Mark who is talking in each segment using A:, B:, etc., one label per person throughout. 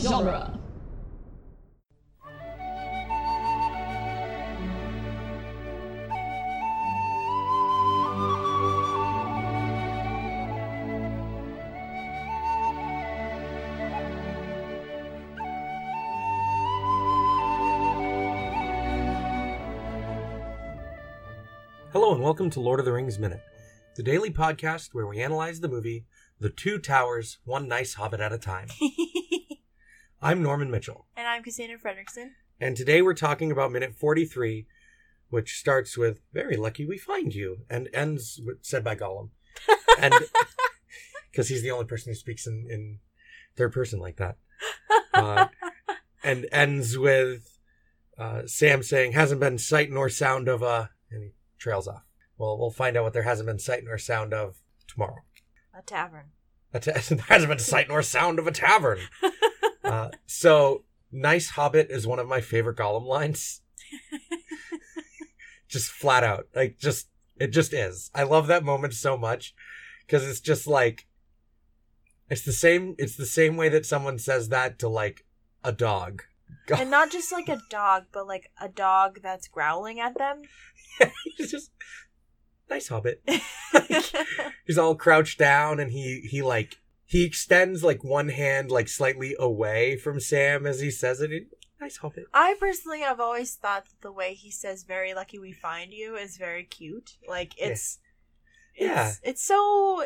A: genre.
B: Hello and welcome to Lord of the Rings Minute, the daily podcast where we analyze the movie The Two Towers, One Nice Hobbit at a Time. I'm Norman Mitchell,
C: and I'm Cassandra Fredrickson.
B: and today we're talking about minute 43, which starts with Very lucky we find you, and ends with said by Gollum. And because he's the only person who speaks in, in third person like that. Uh, and ends with uh, Sam saying, hasn't been sight nor sound of a, and he trails off. Well, we'll find out what there hasn't been sight nor sound of tomorrow.
C: A tavern.
B: A ta- there hasn't been sight nor sound of a tavern. Uh, so, nice Hobbit is one of my favorite Gollum lines. just flat out, like just it just is. I love that moment so much because it's just like it's the same. It's the same way that someone says that to like a dog.
C: and not just like a dog, but like a dog that's growling at them.
B: He's just nice Hobbit. He's all crouched down and he he like he extends like one hand like slightly away from Sam as he says it. He- Nice Hobbit.
C: I personally have always thought that the way he says "very lucky we find you" is very cute. Like
B: Yeah.
C: it's,
B: Yeah.
C: it's, it's so,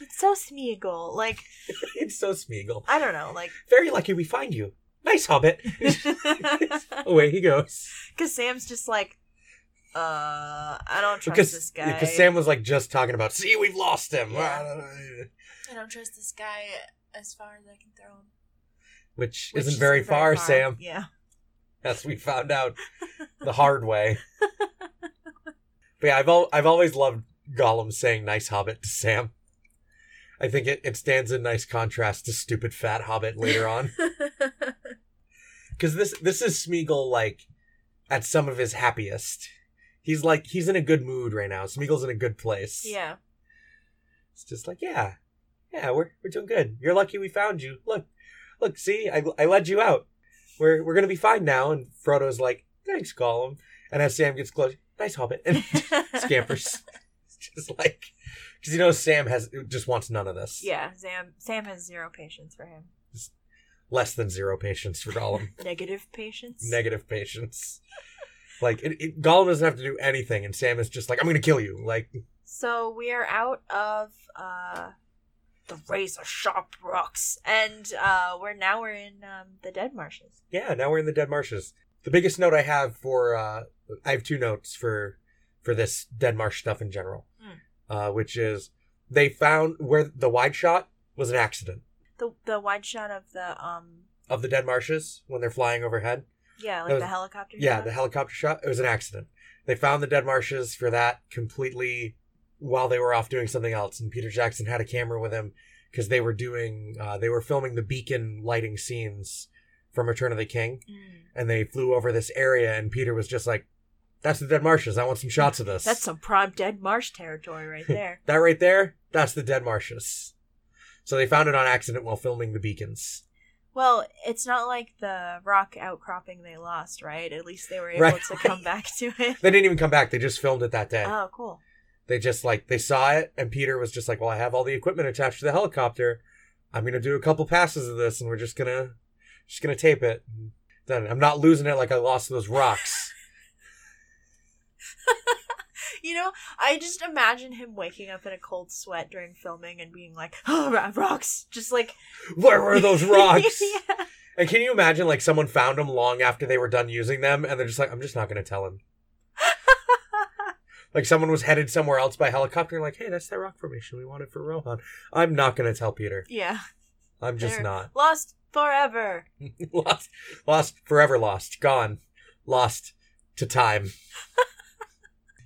C: it's so Smeagol. Like
B: It's so Smeagol.
C: I don't know, like
B: Very lucky we find you. Nice Hobbit. Away he goes.
C: because Sam's just like, uh, I don't trust this guy.
B: because Sam was like just talking about, see, we've lost him.
C: Yeah. I don't trust this guy as far as I can throw him.
B: Which, isn't very far, Sam,
C: Yeah.
B: as we found out the hard way. but yeah, I've, al- I've always loved Gollum saying nice Hobbit to Sam. I think it, it stands in nice contrast to stupid fat Hobbit later on. Because this, this is Smeagol, like, at some of his happiest. He's like, he's in a good mood right now. Smeagol's in a good place.
C: yeah.
B: It's just like, yeah, yeah, we're we're doing good. You're lucky we found you. Look, look, see, I I led you out. We're we're gonna be fine now. And Frodo's like, thanks, Gollum. And as Sam gets close, nice Hobbit, and scampers. It's just like, because you know Sam has just wants none of this.
C: Yeah, Sam. Sam has zero patience for him.
B: less than zero patience for Gollum.
C: Negative patience.
B: Negative patience. Like it, it, Gollum doesn't have to do anything, and Sam is just like, I'm gonna kill you. Like,
C: so we are out of uh, the razor sharp rocks, and uh, we're now we're in um, the dead marshes.
B: yeah, now we're in the dead marshes. The biggest note I have for uh, I have two notes for for this dead marsh stuff in general,
C: Mm.
B: uh, which is they found where the wide shot was an accident
C: The the wide shot of the um
B: of the dead marshes when they're flying overhead.
C: yeah like
B: That was-
C: the helicopter.
B: Yeah,
C: shot.
B: the helicopter shot. It was an accident. They found the dead marshes for that completely while they were off doing something else, and Peter Jackson had a camera with him because they were doing uh, they were filming the beacon lighting scenes from Return of the King.
C: Mm.
B: and they flew over this area and peter was just like that's the dead marshes i want some shots of this
C: That's some prime dead marsh territory right there.
B: that right there that's the dead marshes so they found it on accident while filming the beacons
C: well, it's not like the rock outcropping they lost, right? At least they were able
B: Right.
C: to come back to it.
B: they didn't even come back they just filmed it that day
C: Oh, cool.
B: they just like they saw it and peter was just like well i have all the equipment attached to the helicopter i'm gonna do a couple passes of this and we're just gonna just gonna tape it then i'm not losing it like i lost those rocks
C: You know, I just imagine him waking up in a cold sweat during filming and being like, "Oh, ro- rocks!" Just like
B: where were those rocks
C: yeah.
B: and can you imagine like someone found them long after they were done using them and they're just like i'm just not gonna tell him Like someone was headed somewhere else by helicopter, like, hey, that's that rock formation we wanted for Rohan. I'm not gonna tell Peter.
C: yeah,
B: I'm just
C: They're
B: not.
C: lost forever.
B: lost lost forever lost. Gone. Lost to time.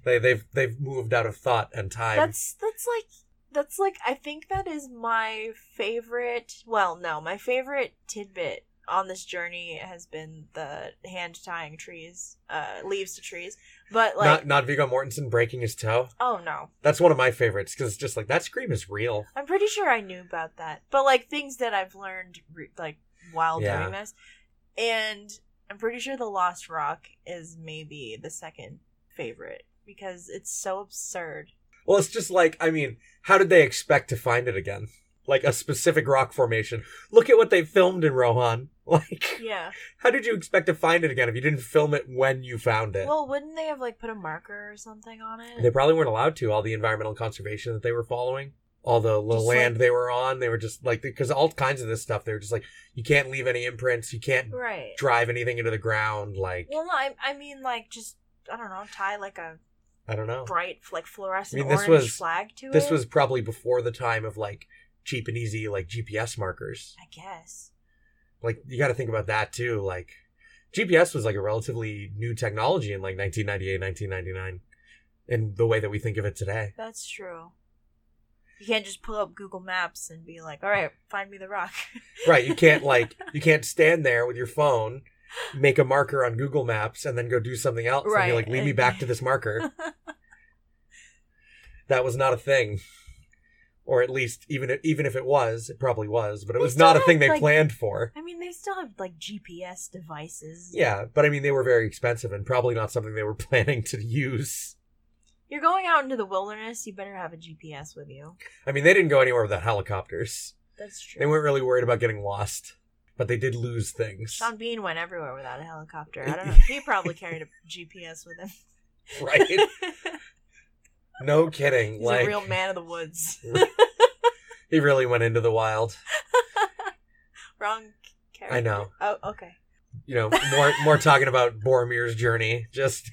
B: they they've they've moved out of thought and time.
C: That's that's like that's like I think that is my favorite. Well, no, my favorite tidbit on this journey has been the hand tying trees, uh, leaves to trees. But like,
B: not not Viggo Mortensen breaking his toe.
C: oh no,
B: That's one of my favorites because it's just like that scream is real.
C: I'm pretty sure I knew about that. But like things that I've learned, re- like while
B: Yeah.
C: doing this. And I'm pretty sure The Lost Rock is maybe the second favorite because it's so absurd.
B: Well, it's just like, I mean, how did they expect to find it again? Like a specific rock formation. Look at what they filmed in Rohan. Like,
C: Yeah.
B: how did you expect to find it again if you didn't film it when you found it?
C: Well, wouldn't they have like put a marker or something on it?
B: they probably weren't allowed to, all the environmental conservation that they were following, all the l-
C: Just
B: land
C: like-
B: they were on. They were just like, because all kinds of this stuff, they were just like, you can't leave any imprints, you can't
C: right.
B: drive anything into the ground. Like,
C: Well, no, I, I mean like just I don't know, tie like a
B: I don't know.
C: bright like fluorescent
B: I mean, this
C: orange
B: was-
C: flag to it.
B: This was probably before the time of like cheap and easy, like GPS markers.
C: I guess.
B: like you got to think about that too like gps was like a relatively new technology in like 1998 1999 in the way that we think of it today
C: That's true. You can't just pull up Google Maps and be like, "All right, find me the rock."
B: right you can't like you can't stand there with your phone make a marker on google maps and then go do something else and
C: Right,
B: be like lead me
C: and-
B: back to this marker that was not a thing or at least even if, even if it was it probably was but it
C: They
B: was
C: still
B: not a
C: have,
B: thing they
C: like-
B: planned for
C: I mean, they still have like GPS devices.
B: yeah but i mean they were very expensive and probably not something they were planning to use
C: You're going out into the wilderness. You better have a GPS with you.
B: i mean they didn't go anywhere without helicopters
C: That's true.
B: They weren't really worried about getting lost, but they did lose things.
C: Sean Bean went everywhere without a helicopter. I don't know. He probably carried a GPS with him.
B: Right? No kidding.
C: He's
B: like
C: a real man of the woods.
B: he really went into the wild.
C: Wrong character.
B: I know.
C: Oh, okay.
B: You know, more more talking about Boromir's journey, just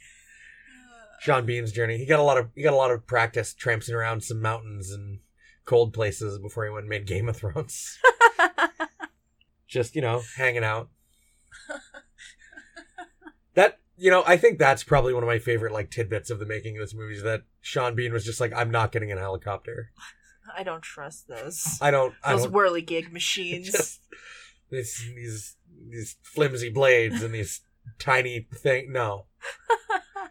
B: Sean Bean's journey. He got a lot of he got a lot of practice tramping around some mountains and cold places before he went and made Game of Thrones. just you know hanging out that you know i think that's probably one of my favorite like tidbits of the making of this movie is that sean bean was just like i'm not getting in a helicopter
C: I don't trust those
B: i don't i
C: those
B: don't
C: whirligig machines.
B: just this, these these flimsy blades and these tiny thing no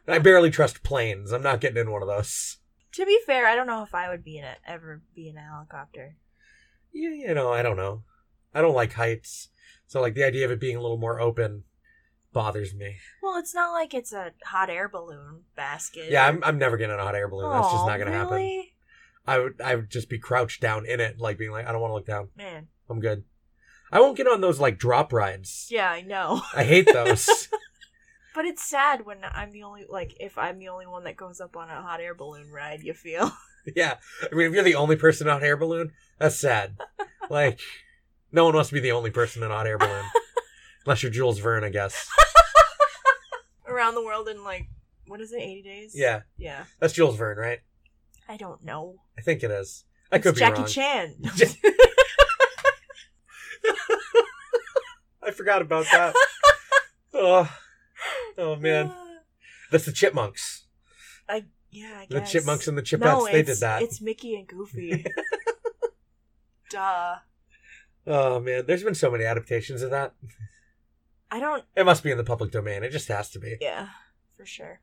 B: i barely trust planes i'm not getting in one of those
C: To be fair, I don't know if I would be in a, ever be in a helicopter.
B: you, you know i don't know i don't like heights so like the idea of it being a little more open bothers me
C: Well, it's not like it's a hot air balloon basket.
B: yeah i'm, I'm never getting in a hot air balloon that's just
C: Aw,
B: not gonna happen
C: really?
B: I would I would just be crouched down in it, like being like, I don't want to look down.
C: Man,
B: I'm good. I won't get on those like drop rides.
C: yeah, I know.
B: I hate those.
C: But it's sad when I'm the only like if I'm the only one that goes up on a hot air balloon ride. You feel
B: yeah. I mean if you're the only person on air balloon, that's sad. Like no one wants to be the only person in hot air balloon. Unless you're Jules Verne, I guess.
C: around the world in like what is it, eighty days?
B: Yeah.
C: yeah.
B: That's Jules Verne, right?
C: I don't know.
B: I think it is. I
C: It's
B: could be
C: Jackie
B: wrong.
C: Chan.
B: I forgot about that. oh. oh man. That's the chipmunks.
C: yeah, I
B: The
C: guess.
B: chipmunks and the chipettes,
C: no,
B: they did
C: it's-
B: that.
C: It's Mickey and Goofy. Duh.
B: Oh man, there's been so many adaptations of that.
C: I don't.
B: It must be in the public domain. It just has to be.
C: Yeah, for sure.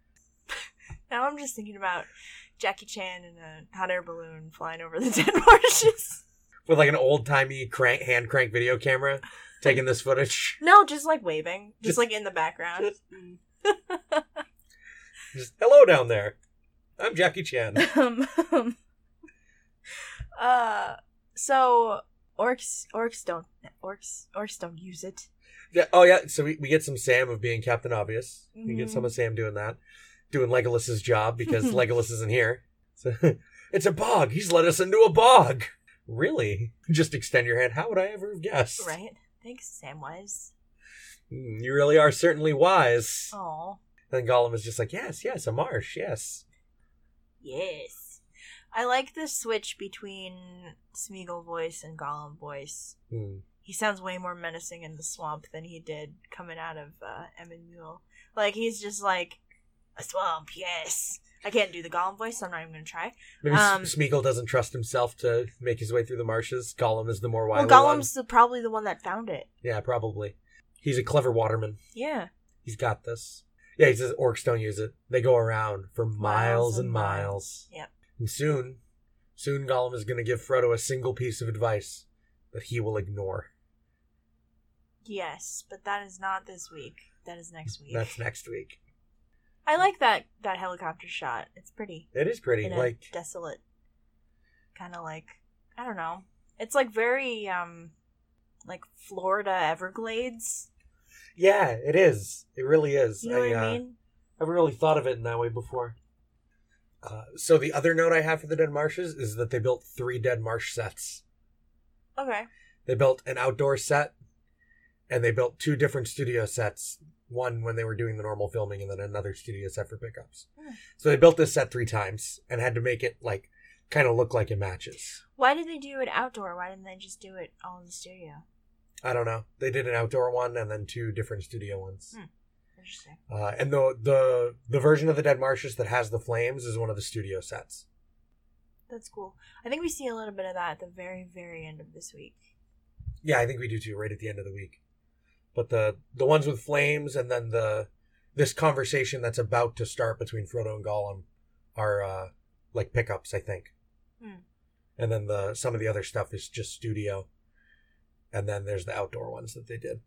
C: now I'm just thinking about Jackie Chan in a hot air balloon flying over the dead marshes.
B: With like an old timey crank hand crank video camera taking this footage.
C: No, just like waving, just,
B: Just-
C: like in the background.
B: Just hello down there. I'm Jackie Chan.
C: um, uh, so orcs, orcs don't, orcs, orcs don't use it.
B: Yeah, oh yeah, so we, we get some Sam of being Captain Obvious. We get
C: Mhm.
B: some of Sam doing that. Doing Legolas's job because Legolas isn't here. So, it's a bog. He's led us into a bog. Really? Just extend your hand. How would I ever have guessed?
C: Right? Thanks, Samwise.
B: Mm, You really are certainly wise.
C: Oh,
B: And Gollum is just like, yes, yes, a marsh, yes.
C: yes. I like the switch between Smeagol voice and Gollum voice.
B: Mm.
C: He sounds way more menacing in the swamp than he did coming out of uh, Emin Mule. Like he's just like a swamp. Yes, I can't do the Gollum voice. So I'm not even gonna try.
B: Maybe um,
C: Um,
B: Smeagol doesn't trust himself to make his way through the marshes. Gollum is the more wily
C: Well, Gollum's the, probably the one that found it.
B: one. Yeah, probably. He's a clever waterman.
C: Yeah.
B: He's got this. Yeah, he says orcs don't use it. They go around for miles, and
C: and
B: miles.
C: miles. Yep.
B: And soon, soon Gollum is going to give Frodo a single piece of advice that he will ignore.
C: Yes, but that is not this week. That is next week.
B: That's next week.
C: I like that that helicopter shot. It's pretty.
B: It is pretty.
C: in a
B: like
C: desolate kind of like I don't know. It's like very um like Florida Everglades.
B: yeah, it is. It really is.
C: You know what
B: uh,
C: I mean?
B: I've really thought of it in that way before. Uh, so the other note I have for the Dead Marshes is that they built three Dead Marsh sets.
C: Okay.
B: They built an outdoor set, and they built two different studio sets. One when they were doing the normal filming, and then another studio set for pickups.
C: Hmm.
B: So they built this set three times and had to make it like kind of look like it matches.
C: Why did they do it outdoor? Why didn't they just do it all in the studio?
B: I don't know. They did an outdoor one and then two different studio ones.
C: Hmm. Interesting.
B: Uh, and the the the version of the Dead Marshes that has the flames is one of the studio sets.
C: That's cool. I think we see a little bit of that at the very, very end of this week.
B: Yeah, I think we do too. Right at the end of the week, but the the ones with flames and then the this conversation that's about to start between Frodo and Gollum are uh, like pickups, I think.
C: Hmm.
B: And then the some of the other stuff is just studio, and then there's the outdoor ones that they did.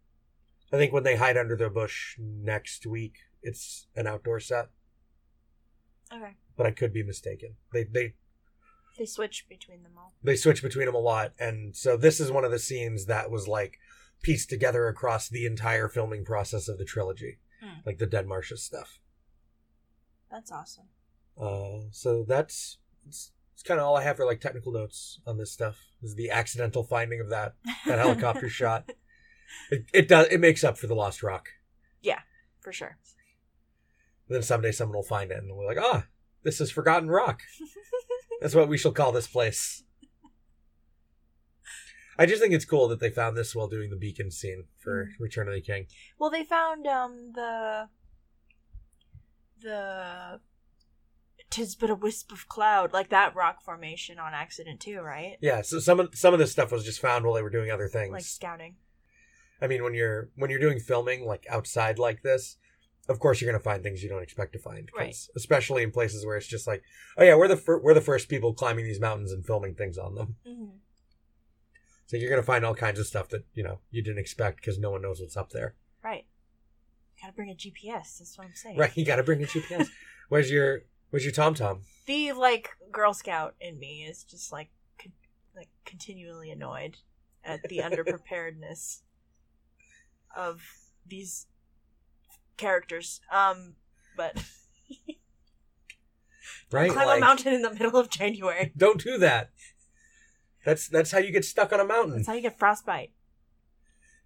B: I think when they hide under the bush next week, it's an outdoor set,
C: Okay.
B: but I could be mistaken. They they
C: They switch between them all.
B: they switch between them a lot and so this is one of the scenes that was like pieced together across the entire filming process of the trilogy
C: Hmm.
B: like the dead marshes stuff
C: That's awesome.
B: uh, so that's it's, it's kind of all i have for like technical notes on this stuff is the accidental finding of that that helicopter shot it, it does it makes up for the lost rock
C: For sure.
B: then someday someone will find it and we're like ah this is forgotten rock That's what we shall call this place. I just think it's cool that they found this while doing the beacon scene
C: Mm.
B: for Return of the King.
C: Well, they found um the the tis but a wisp of cloud, like that rock formation on accident too, right?
B: Yeah, so some of some of this stuff was just found while they were doing other
C: Like
B: things.
C: scouting.
B: I mean, when you're when you're doing filming like outside like this, of course you're gonna find things you don't expect to find. 'cause-
C: Right.
B: Especially in places where it's just like, oh yeah, we're the fir- we're the first people climbing these mountains and filming things on them.
C: Mm-hmm.
B: So you're gonna find all kinds of stuff that you know you didn't expect because no one knows what's up there.
C: Right. Gotta bring a GPS. That's what I'm saying.
B: Right? You gotta bring a GPS. where's your where's your Tom Tom?
C: The like Girl Scout in me is just like con- like continually annoyed at the underpreparedness of these characters. Um, but
B: Right?
C: climb a
B: Like-
C: mountain in the middle of January.
B: Don't do that. That's that's how you get stuck on a mountain.
C: That's how you get frostbite.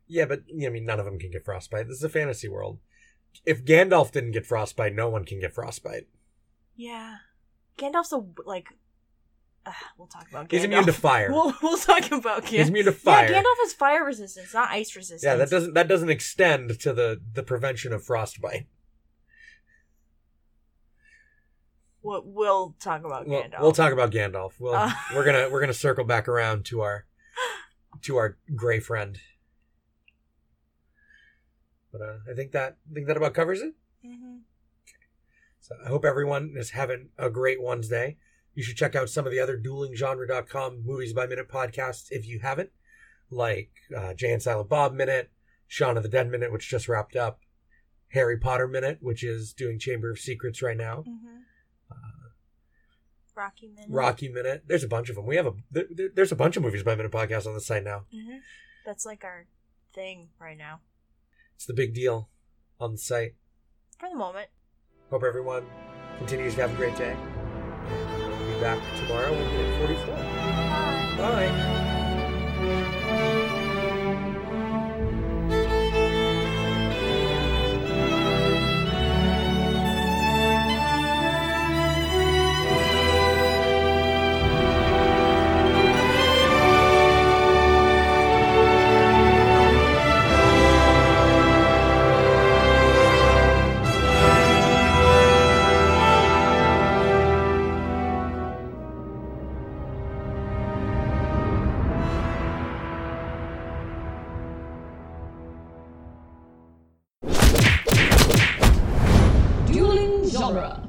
B: Yeah, but you know, I mean, none of them can get frostbite. This is a fantasy world. If Gandalf didn't get frostbite, no one can get frostbite.
C: Yeah, Gandalf's a like. Uh, we'll talk about Gandalf.
B: He's immune to fire.
C: We'll, we'll talk about
B: He's
C: Gandalf.
B: immune to fire.
C: Yeah, Gandalf has fire resistance, not ice resistance.
B: Yeah, that doesn't that doesn't extend to the the prevention of frostbite.
C: We'll, we'll talk about
B: We'll,
C: Gandalf.
B: we'll talk about Gandalf. We'll,
C: Uh.
B: we're gonna we're gonna circle back around to our to our gray friend. But uh, I think that I think that about covers it.
C: hmm
B: So I hope everyone is having a great Wednesday. You should check out some of the other duelinggenre.com movies by minute podcasts if you haven't, like uh, Jay and Silent Bob Minute, Shaun of the Dead Minute, which just wrapped up, Harry Potter Minute, which is doing Chamber of Secrets right now,
C: hmm Rocky Minute.
B: Uh, Rocky Minute. There's a bunch of them. We have a there, there- there's a bunch of movies by minute podcasts on the site now.
C: hmm That's like our thing right now.
B: It's the big deal on the site.
C: For the moment.
B: Hope everyone continues to have a great day. We'll be back tomorrow with minute 44.
C: Bye.
B: Bye.
A: Dueling genre.